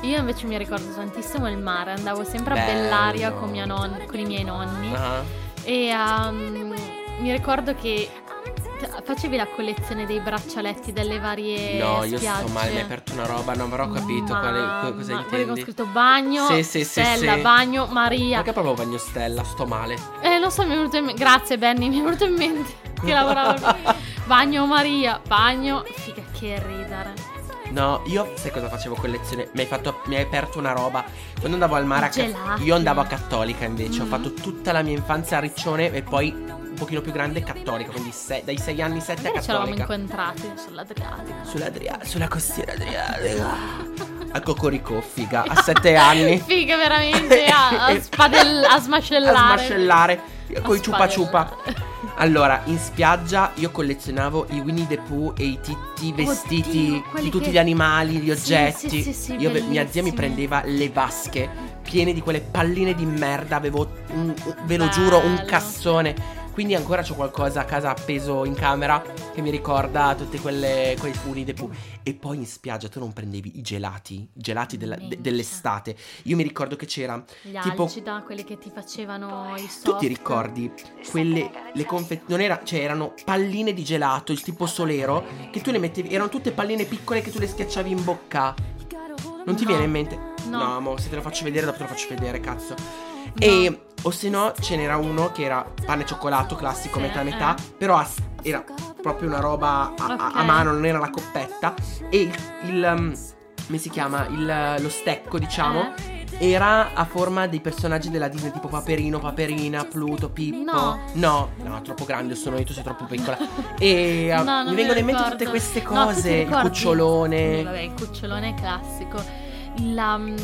S2: sì. Io invece mi ricordo tantissimo il mare, andavo sempre a
S3: Bello.
S2: Bellaria con, mia non- con i miei nonni
S3: Ah.
S2: e ehm, mi ricordo che t- facevi la collezione dei braccialetti delle varie
S3: No, io
S2: spiagge.
S3: sto male, mi hai aperto una roba, non avrò capito quale, co- cosa
S2: Mamma, quelli con
S3: intendi.
S2: scritto bagno,
S3: Sì, sì, sì,
S2: stella,
S3: sì.
S2: bagno, Maria.
S3: Anche proprio Bagnostella, sto male.
S2: Eh, non so, mi è venuto in mente. Grazie, Benny, mi è venuto in mente che lavorava. bagno Maria, bagno. Figa, che ridere.
S3: No, io sai cosa facevo collezione? Mi hai, fatto, mi hai aperto una roba. Quando andavo al mare a Ca-
S2: Gelati.
S3: Io andavo a Cattolica invece. Ho
S2: Mm.
S3: fatto tutta la mia infanzia a Riccione e poi un pochino più grande Cattolica. Quindi sei- dai 6 anni 7 a
S2: Magari ci eravamo
S3: Cattolica.
S2: incontrati sull'Adriatico.
S3: Sull'Adria- sulla costiera adriatica. a Cocorico, figa. A 7 anni.
S2: Figa, veramente a, a spadell- a smascellare.
S3: A smascellare. Con
S2: A
S3: i ciupa ciupa.
S2: spadellare.
S3: Allora, in spiaggia io collezionavo i Winnie the Pooh e i titti vestiti
S2: quelli
S3: di tutti
S2: che-
S3: gli animali, gli
S2: Sì,
S3: oggetti.
S2: sì, sì, sì,
S3: io ve- mia zia mi
S2: bellissimi.
S3: prendeva le vasche piene di quelle palline di merda, avevo un- un- ve lo giuro un
S2: Bello.
S3: cassone. Quindi ancora c'ho qualcosa a casa appeso in camera che mi ricorda tutti quelle quei Winnie the Pooh. E poi in spiaggia tu non prendevi i gelati, i gelati della- de-
S2: Minchia.
S3: dell'estate. Io mi ricordo che c'era
S2: Gli
S3: Tipo-
S2: alcida, quelli che ti facevano i soft.
S3: tu ti ricordi quelle le confezioni non era cioè erano palline di gelato il tipo solero che tu le mettevi erano tutte palline piccole che tu le schiacciavi in bocca non ti
S2: No.
S3: viene in mente
S2: No.
S3: mo, se te lo faccio vedere dopo te lo faccio vedere cazzo e o se no ce n'era uno che era pane e cioccolato classico
S2: Sì,
S3: metà
S2: eh.
S3: metà però a- era proprio una roba a, a- a
S2: Ok.
S3: mano non era la coppetta e il, il, um, come si chiama Il, lo stecco
S2: Eh.
S3: diciamo era a forma dei personaggi della Disney tipo Paperino, Paperina, Pluto, Pippo.
S2: No.
S3: no, no, troppo grande sono io, tu sei troppo piccola. E
S2: No,
S3: uh,
S2: non
S3: mi vengono in mente
S2: ricordo.
S3: tutte queste
S2: No, tu ti
S3: cose, il
S2: ricordi? Sì,
S3: cucciolone.
S2: vabbè, il cucciolone è classico. La. mm,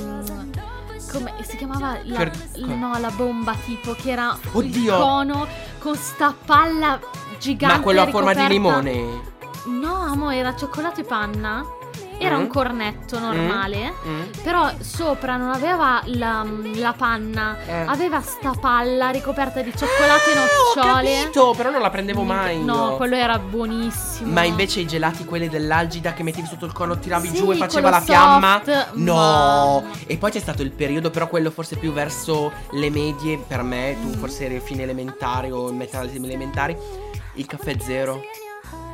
S2: Come si chiamava? La,
S3: Fior- come?
S2: no, la bomba tipo che era
S3: Oddio!
S2: il cono con sta palla gigante.
S3: Ma quello a forma di
S2: ricoperta-
S3: limone.
S2: No, amo, era cioccolato e panna. Era
S3: Mm.
S2: un cornetto normale.
S3: Mm?
S2: Però sopra non aveva la, mm, la panna,
S3: Eh. Ah,
S2: aveva sta palla ricoperta di cioccolato e nocciole.
S3: Ho capito, però non la prendevo mai.
S2: No,
S3: io.
S2: quello era buonissimo.
S3: Ma invece i gelati, quelli dell'algida che mettevi sotto il cono, tiravi
S2: Sì,
S3: giù e faceva
S2: quello
S3: la fiamma.
S2: soft,
S3: No!
S2: mamma.
S3: E poi c'è stato il periodo, però quello forse più verso le medie, per me, tu forse eri fine elementare o in metà delle elementari, il caffè zero.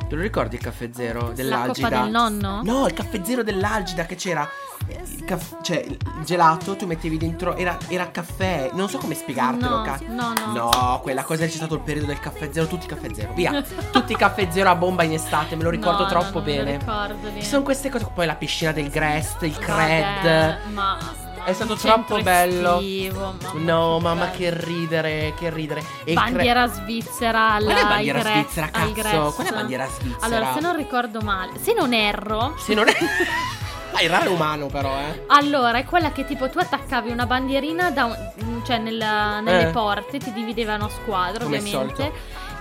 S3: Te lo ricordi il caffè zero
S2: la
S3: dell'algida?
S2: coppa del nonno?
S3: No, il caffè zero dell'algida che c'era. eh, il caff- cioè, il gelato tu mettevi dentro. Era, era caffè. Non so come spiegartelo,
S2: No,
S3: ca-
S2: no, no.
S3: No, quella cosa c'è stato il periodo del caffè zero. Tutti i caffè zero. Via. tutti i caffè zero a bomba in estate. Me lo
S2: No,
S3: ricordo
S2: no,
S3: troppo
S2: non me lo
S3: bene.
S2: ricordo bene.
S3: Ci sono queste cose. Poi la piscina del Grest, il
S2: Vabbè,
S3: Cred.
S2: ma-
S3: È stato
S2: il centro
S3: troppo bello.
S2: estivo,
S3: No, mamma,
S2: bello.
S3: che ridere. Che ridere. E il Cre-
S2: Bandiera svizzera al
S3: Qual è
S2: ai
S3: bandiera
S2: Gre-
S3: svizzera,
S2: ai
S3: cazzo?
S2: Grez.
S3: Qual è bandiera svizzera?
S2: Allora, se non ricordo male, se non erro,
S3: Se non è. Ah, il raro è umano, però, eh.
S2: Allora, è quella che tipo tu attaccavi una bandierina da un- cioè nel- nelle
S3: Eh.
S2: porte, ti dividevano a squadra
S3: Come al
S2: ovviamente.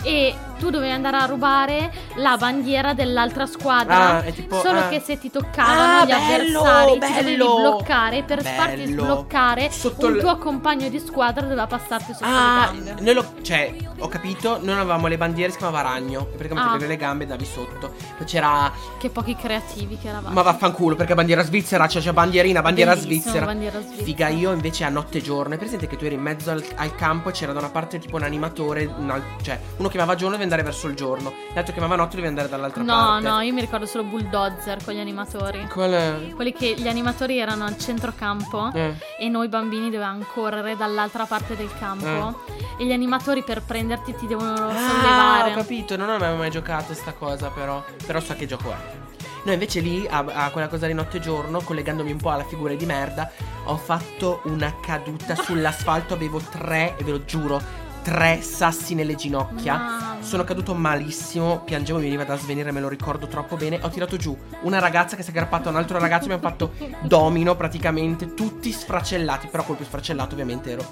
S2: e tu dovevi andare a rubare la bandiera dell'altra squadra.
S3: Ah, è tipo,
S2: Solo
S3: ah.
S2: che se ti toccavano
S3: Ah,
S2: gli
S3: bello,
S2: avversari ti
S3: bello.
S2: dovevi bloccare per farti
S3: Bello.
S2: sbloccare
S3: Sotto
S2: un
S3: il-
S2: tuo compagno di squadra doveva passarti sotto
S3: Ah,
S2: le gambe.
S3: noi lo, cioè, ho capito, noi non avevamo le bandiere, si chiamava ragno. Perché
S2: Ah.
S3: avevi le gambe e davi sotto. Poi c'era,
S2: Che pochi creativi che eravamo.
S3: ma vaffanculo, perché bandiera svizzera, c'è cioè, bandierina, bandiera
S2: Bellissimo,
S3: svizzera.
S2: bandiera svizzera.
S3: Figa, io invece a notte e giorno, è presente che tu eri in mezzo al, al campo e c'era da una parte tipo un animatore, un al- cioè uno chiamava giorno e doveva andare verso il giorno, l'altro chiamava notte e doveva andare dall'altra
S2: No,
S3: parte.
S2: no, io mi ricordo solo Bulldozer con gli animatori.
S3: Qual è?
S2: Quelli che gli animatori erano al centrocampo
S3: Eh.
S2: e noi bambini dovevamo correre dall'altra parte del campo. E gli animatori per prenderti ti devono
S3: Mm. Ah,
S2: sollevare.
S3: ho capito, non avevo mai giocato sta cosa però, però so che gioco è. No, invece lì, a, a quella cosa di notte e giorno, collegandomi un po' alla figura di merda, ho fatto una caduta sull'asfalto, avevo tre, e ve lo giuro, tre sassi nelle ginocchia.
S2: Mamma.
S3: Sono caduto malissimo, piangevo, mi veniva da svenire, me lo ricordo troppo bene. Ho tirato giù una ragazza che si è aggrappata a un altro ragazzo, abbiamo fatto domino praticamente, tutti sfracellati, però colpo sfracellato ovviamente ero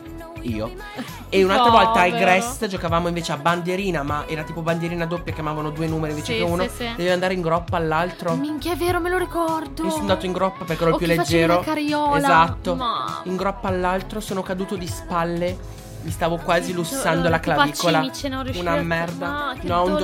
S3: io. E un'altra volta ai
S2: Povero.
S3: Grest giocavamo invece a bandierina, ma era tipo bandierina doppia, chiamavano due numeri invece
S2: Sì,
S3: che uno.
S2: sì, sì.
S3: Devi andare in groppa all'altro.
S2: Minchia, è vero, me lo ricordo.
S3: Io sono andato in groppa perché ero
S2: O
S3: il più
S2: chi facevi
S3: leggero.
S2: la carriola.
S3: Esatto.
S2: Ma-
S3: In groppa all'altro sono caduto di spalle. Mi stavo quasi lussando
S2: Eh,
S3: la
S2: tipo a
S3: clavicola.
S2: cimice, non riuscivi
S3: Una
S2: a-
S3: merda.
S2: Ah, che
S3: no, un dolore.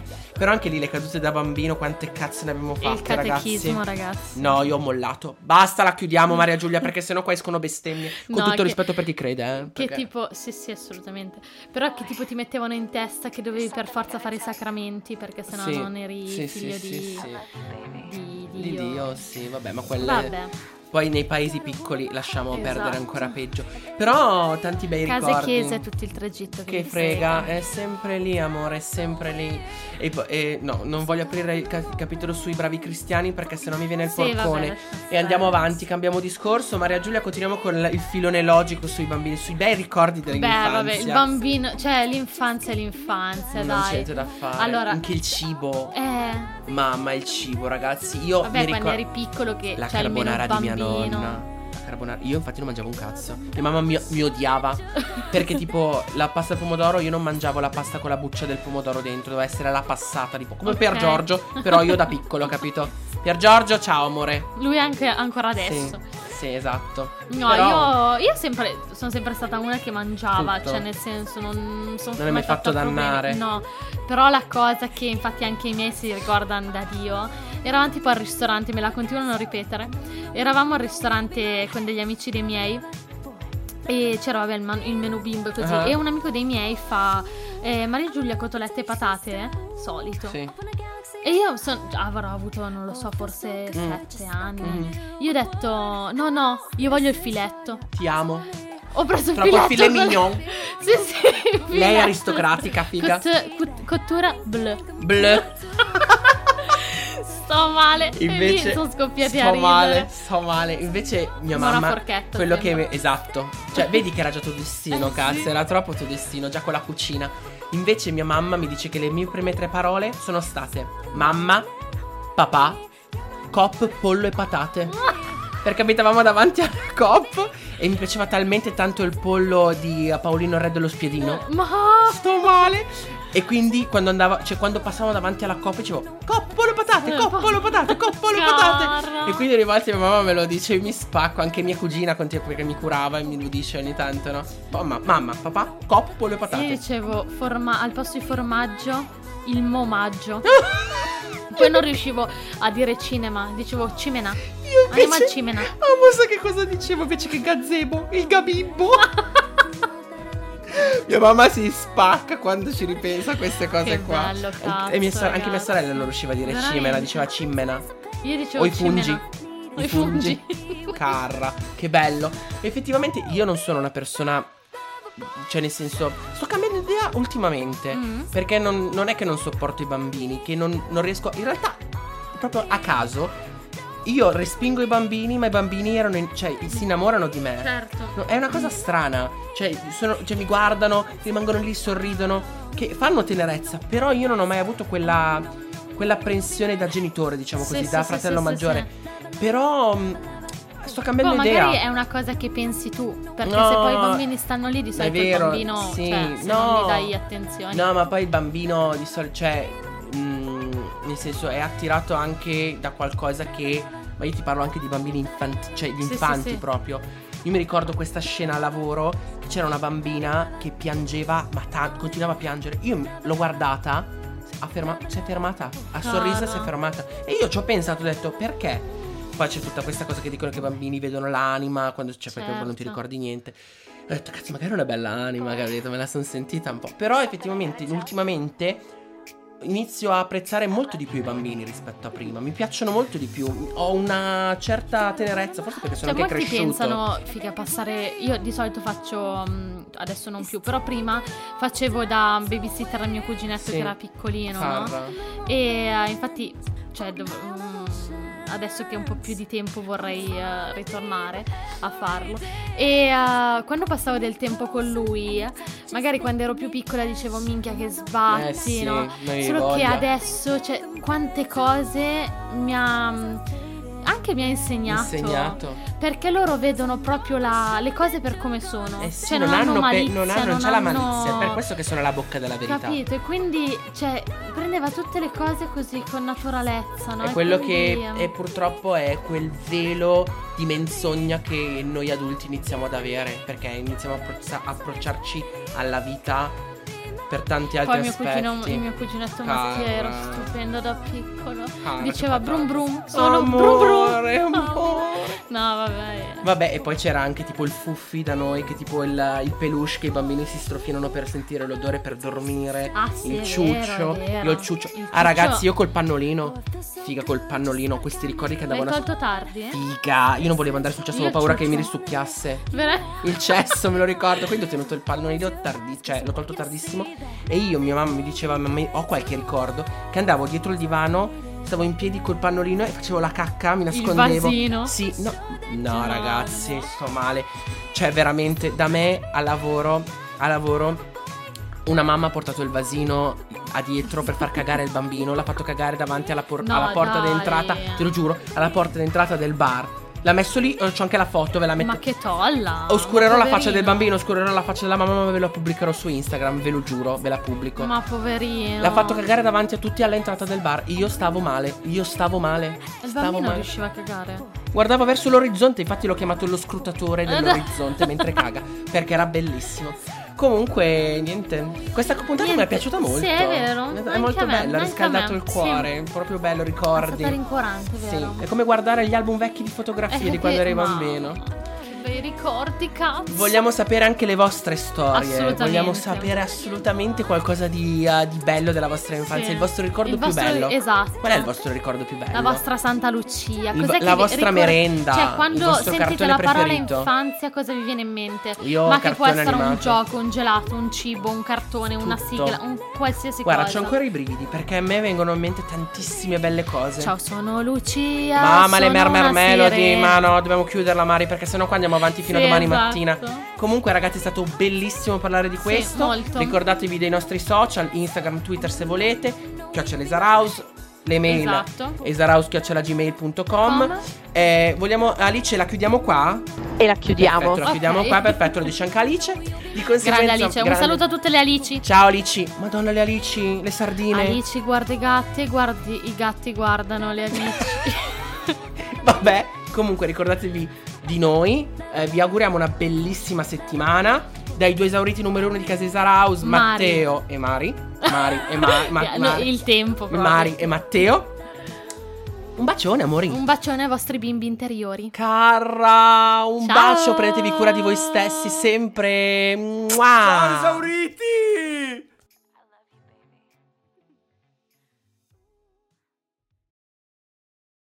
S2: dolore.
S3: Però anche lì le cadute da bambino, quante cazzo ne abbiamo
S2: E il
S3: fatte, ragazzi.
S2: catechismo, ragazzi.
S3: No, io ho mollato. Basta, la chiudiamo, Maria Giulia, perché sennò qua escono bestemmie. Con
S2: No,
S3: tutto
S2: che-
S3: rispetto per chi crede, eh.
S2: Che
S3: perché-
S2: tipo, sì, sì, assolutamente. Però che tipo ti mettevano in testa che dovevi per forza fare i sacramenti perché sennò
S3: Sì,
S2: non eri
S3: sì,
S2: figlio
S3: sì,
S2: di,
S3: sì, sì.
S2: di Dio.
S3: Di Dio, sì, vabbè, ma quelle.
S2: Vabbè,
S3: Poi nei paesi piccoli lasciamo
S2: Esatto.
S3: perdere ancora peggio. Però tanti bei
S2: case,
S3: ricordi.
S2: chiese, tutto il tragitto. vi
S3: Che frega, è sempre lì, amore, è sempre lì. E, po- e no, non voglio aprire il ca- capitolo sui bravi cristiani perché sennò mi viene il
S2: Sì, vabbè,
S3: porcone.
S2: lascia
S3: e
S2: stare.
S3: andiamo avanti, cambiamo discorso. Maria Giulia, continuiamo con il filone logico sui bambini, sui bei ricordi
S2: Beh,
S3: dell'infanzia.
S2: vabbè, il bambino, cioè l'infanzia è l'infanzia,
S3: Non c'è
S2: dai.
S3: niente da fare.
S2: Allora-
S3: Anche il cibo.
S2: Eh,
S3: Mamma, il cibo, ragazzi. Io
S2: vabbè,
S3: Oh, mi
S2: quando
S3: ricordo.
S2: eri piccolo che
S3: La
S2: c'è almeno il
S3: carbonara di mia
S2: bambino.
S3: nonna. La carbonara. Io infatti non mangiavo un cazzo. Mia mamma mi, mi odiava. Perché tipo la pasta al pomodoro io non mangiavo la pasta con la buccia del pomodoro dentro. Doveva essere la passata. Tipo come
S2: Ok.
S3: Pier Giorgio. Però io da piccolo, capito? Pier Giorgio, ciao amore.
S2: Lui anche ancora adesso.
S3: Sì, sì, esatto.
S2: No,
S3: Però
S2: io, io sempre, sono sempre stata una che mangiava,
S3: Tutto.
S2: cioè nel senso non sono
S3: Non hai mai fatto
S2: fatta problemi,
S3: dannare.
S2: No, però la cosa che infatti anche i miei si ricordano da Dio, eravamo tipo al ristorante, me la continuano a ripetere, eravamo al ristorante con degli amici dei miei e c'era vabbè il, man- il menù bimbo e così
S3: Ah.
S2: e un amico dei miei fa eh, Maria Giulia cotolette e patate, solito.
S3: Sì.
S2: E io son- avrò avuto, non lo so, forse
S3: Mm.
S2: sette anni.
S3: Mm.
S2: Io ho detto, no, no, io voglio il filetto.
S3: Ti amo.
S2: Ho preso il
S3: Proprio
S2: filetto.
S3: filet
S2: con-
S3: mignon.
S2: Sì, sì. il
S3: Lei è
S2: filetto.
S3: aristocratica, figa.
S2: Cot- cut- cottura blu.
S3: Bleh.
S2: Sto male. E
S3: Invece
S2: lì sono scoppiati
S3: sto
S2: a ridere.
S3: male, sto male. Invece mia
S2: Buona
S3: mamma
S2: forchetta,
S3: quello che
S2: sembra.
S3: esatto. Cioè, vedi che era già tuo destino,
S2: Eh, sì.
S3: cazzo, era troppo tuo destino, già con la cucina. Invece mia mamma mi dice che le mie prime tre parole sono state mamma, papà, cop, pollo e patate. Perché abitavamo davanti alla cop e mi piaceva talmente tanto il pollo di Paolino Re dello Spiedino.
S2: Ma
S3: Sto male. E quindi quando andavo, cioè quando passavo davanti alla coppa dicevo coppolo patate, coppolo patate, coppolo
S2: Eh, Cara.
S3: patate. E quindi ogni volta mia mamma me lo dice, io mi spacco, anche mia cugina con te perché mi curava e me lo dice ogni tanto, no? Mamma, mamma, papà, coppolo e
S2: io
S3: patate.
S2: dicevo forma- al posto di formaggio, il momaggio. Poi non riuscivo a dire cinema, dicevo cimena.
S3: Io
S2: Animal
S3: invece
S2: cimena.
S3: Mamma sa che cosa dicevo invece che gazebo, il gabibbo. Mia mamma si spacca quando ci ripensa a queste cose
S2: Che
S3: qua.
S2: bello,
S3: E-
S2: cazzo,
S3: e mia so- anche mia
S2: ragazzi.
S3: sorella non riusciva a dire
S2: Veramente.
S3: cimena, diceva cimmena.
S2: Io dicevo
S3: o i fungi.
S2: cimena.
S3: I fungi. Carra, che bello. Effettivamente io non sono una persona. Cioè, nel senso, sto cambiando idea ultimamente.
S2: Mm.
S3: Perché non, non è che non sopporto i bambini, che non, non riesco. In realtà, proprio a caso, io respingo i bambini, ma i bambini erano. in- cioè, si innamorano di me.
S2: Certo.
S3: No, È una cosa strana. Cioè, sono- cioè, mi guardano, rimangono lì, sorridono. Che fanno tenerezza. Però io non ho mai avuto quella. quell'apprensione da genitore, diciamo
S2: Sì,
S3: così,
S2: sì,
S3: da
S2: sì,
S3: fratello
S2: sì, sì,
S3: maggiore. Però. mh, sto
S2: Poi
S3: cambiando idea.
S2: Boh, magari è una cosa che pensi tu, perché
S3: No,
S2: se poi i bambini stanno lì di
S3: è
S2: solito
S3: vero,
S2: il bambino,
S3: sì,
S2: cioè, se
S3: no.
S2: non gli dai attenzione.
S3: No, ma poi il bambino di solito, cioè, mh, nel senso, è attirato anche da qualcosa che. Ma io ti parlo anche di bambini infanti, cioè di
S2: Sì, sì,
S3: infanti
S2: sì.
S3: proprio. Io mi ricordo questa scena a lavoro che c'era una bambina che piangeva, ma ta- continuava a piangere. Io mi- l'ho guardata, ha ferma- si è fermata, ha
S2: Cara.
S3: sorriso e si è fermata. E io ci ho pensato, ho detto, perché? Poi c'è tutta questa cosa che dicono che i bambini vedono l'anima, quando, cioè perché poi non ti
S2: Certo.
S3: ricordi niente. Ho detto, cazzo, magari è una bella anima, capito? Me la sono sentita un po'. Però effettivamente,
S2: Esatto.
S3: ultimamente inizio a apprezzare molto di più i bambini rispetto a prima. Mi piacciono molto di più. Ho una certa tenerezza, forse perché sono
S2: Cioè,
S3: anche
S2: molti
S3: cresciuto.
S2: pensano, figa, passare. Io di solito faccio. mh, adesso non più, però prima facevo da babysitter al mio cuginetto
S3: Sì.
S2: che era piccolino, no?
S3: Farra.
S2: E eh, infatti, cioè, dov- mm, adesso che ho un po' più di tempo vorrei eh, ritornare a farlo. E eh, quando passavo del tempo con lui, magari quando ero più piccola dicevo minchia che sbatti,
S3: Eh sì,
S2: no?
S3: noi
S2: Solo che
S3: voglia.
S2: adesso, cioè, quante cose mi ha. mm, anche mi ha insegnato.
S3: Insegnato.
S2: Perché loro vedono proprio la- le cose per come sono.
S3: Eh sì,
S2: cioè,
S3: non, hanno pe-
S2: malizia,
S3: non hanno,
S2: non
S3: c'è la
S2: hanno-
S3: malizia. È per questo che sono la bocca della verità.
S2: Capito? E quindi, cioè, prendeva tutte le cose così con naturalezza, no?
S3: È
S2: E
S3: quello
S2: quindi,
S3: che
S2: ehm,
S3: è purtroppo è quel velo di menzogna che noi adulti iniziamo ad avere perché iniziamo a approccia- approcciarci alla vita per tanti altri
S2: Poi mio
S3: aspetti.
S2: cugino, il mio cuginetto
S3: Cara.
S2: maschio era stupendo da piccolo.
S3: Ah,
S2: Diceva
S3: che
S2: brum
S3: patata.
S2: brum, sono brum
S3: amore,
S2: brum.
S3: amore.
S2: No, vabbè.
S3: Vabbè, e poi c'era anche tipo il fuffi da noi, che tipo il, il peluche che i bambini si strofinano per sentire l'odore, per dormire.
S2: Ah, sì,
S3: il
S2: è
S3: ciuccio.
S2: vero, è vero.
S3: Io il ciuccio.
S2: Il
S3: Ah, ragazzi,
S2: ciuccio-
S3: io col pannolino. Figa, col pannolino. Questi ricordi che
S2: L'hai
S3: andavano a.
S2: tolto tardi, eh?
S3: Figa, io non volevo andare sul cesso,
S2: Io
S3: avevo paura
S2: il
S3: che mi
S2: ciuccio.
S3: risucchiasse.
S2: Vero?
S3: Il cesso, me lo ricordo. Quindi ho tenuto il pallonino tardi, cioè l'ho tolto tardissimo. E io, mia mamma mi diceva, mamma, ho qualche ricordo, che andavo dietro il divano. Stavo in piedi col pannolino e facevo la cacca, mi nascondevo.
S2: vasino?
S3: Sì, no, no,
S2: No.
S3: ragazzi, sto male. Cioè, veramente, da me a lavoro, a lavoro, una mamma ha portato il vasino a dietro per far cagare il bambino. L'ha fatto cagare davanti alla, por-
S2: No,
S3: alla porta
S2: dai.
S3: d'entrata, te lo giuro, alla porta d'entrata del bar. L'ha messo lì, eh, c'ho anche la foto, ve la metto.
S2: Ma che tolla.
S3: Oscurerò la faccia
S2: poverino.
S3: del bambino, oscurerò la faccia della mamma, ma ve la pubblicherò su Instagram, ve lo giuro, ve la pubblico.
S2: Ma poverino.
S3: L'ha fatto cagare davanti a tutti all'entrata del bar. Io stavo male, io stavo male.
S2: Il
S3: stavo
S2: bambino
S3: male.
S2: riusciva a cagare.
S3: Guardavo verso l'orizzonte, infatti l'ho chiamato lo scrutatore dell'orizzonte mentre caga, perché era bellissimo. Comunque, niente, questa puntata mi
S2: Niente,
S3: è piaciuta
S2: sì,
S3: molto.
S2: è vero,
S3: È
S2: anche
S3: molto
S2: a me,
S3: bella, ha
S2: anche a
S3: riscaldato
S2: me,
S3: il cuore, proprio bello, ricordi.
S2: È stata rincuorante, vero?
S3: Sì, è come guardare gli album vecchi di fotografie
S2: Eh,
S3: di quando
S2: che-
S3: eri
S2: ma-
S3: bambino.
S2: Che bei ricordi, cazzo.
S3: Vogliamo sapere anche le vostre storie.
S2: Assolutamente.
S3: Vogliamo sapere assolutamente qualcosa di, eh, di bello della vostra infanzia.
S2: Sì.
S3: Il vostro ricordo
S2: Il
S3: più
S2: vostro-
S3: bello.
S2: esatto.
S3: Qual è il vostro ricordo più bello?
S2: La vostra Santa Lucia,
S3: Il
S2: cos'è
S3: vo-
S2: che
S3: la
S2: vi-
S3: vostra
S2: ricor-
S3: merenda,
S2: Cioè,
S3: il
S2: quando
S3: vostro
S2: sentite
S3: cartone
S2: la parola
S3: preferito.
S2: infanzia, cosa vi viene in mente?
S3: Io
S2: Ma che può
S3: cartone
S2: essere un
S3: animato.
S2: gioco, un gelato, un cibo, un cartone, una
S3: Tutto.
S2: sigla, un qualsiasi
S3: Guarda,
S2: cosa.
S3: c'ho ancora i brividi perché a me vengono in mente tantissime belle cose.
S2: Ciao, sono Lucia.
S3: Mamma, le
S2: sono una
S3: mermelody,
S2: sirena.
S3: ma no, dobbiamo chiuderla, Mari, perché sennò qua andiamo avanti fino
S2: Sì,
S3: a domani
S2: esatto.
S3: mattina. Comunque, ragazzi, è stato bellissimo parlare di
S2: Sì,
S3: questo.
S2: molto.
S3: Ricordatevi dei nostri social, Instagram, Twitter se volete, chiocciolesarhouse, le mail
S2: Esatto.
S3: esarhouse.gmail.com
S2: Come?
S3: eh, Vogliamo, Alice, la chiudiamo qua?
S4: E la chiudiamo.
S3: Perfetto, la
S2: Ok.
S3: chiudiamo qua, perfetto, lo dice anche Alice. Di conseguenza,
S2: Grande Alice, un
S3: grande-
S2: saluto a tutte le Alici.
S3: Ciao Alici, madonna le Alici, le sardine.
S2: Alici guarda i gatti, guardi i gatti guardano le Alici.
S3: Vabbè, comunque ricordatevi di noi. eh, vi auguriamo una bellissima settimana. Dai due esauriti numero uno di Casesa House,
S2: Mari.
S3: Matteo e Mari. Mari e Eh, Ma- Ma-
S2: No,
S3: Mari.
S2: il tempo proprio.
S3: Mari e Matteo. Un bacione, amori.
S2: Un bacione ai vostri bimbi interiori.
S3: Carra, un
S2: Ciao.
S3: bacio, prendetevi cura di voi stessi sempre. Mua.
S1: Ciao esauriti!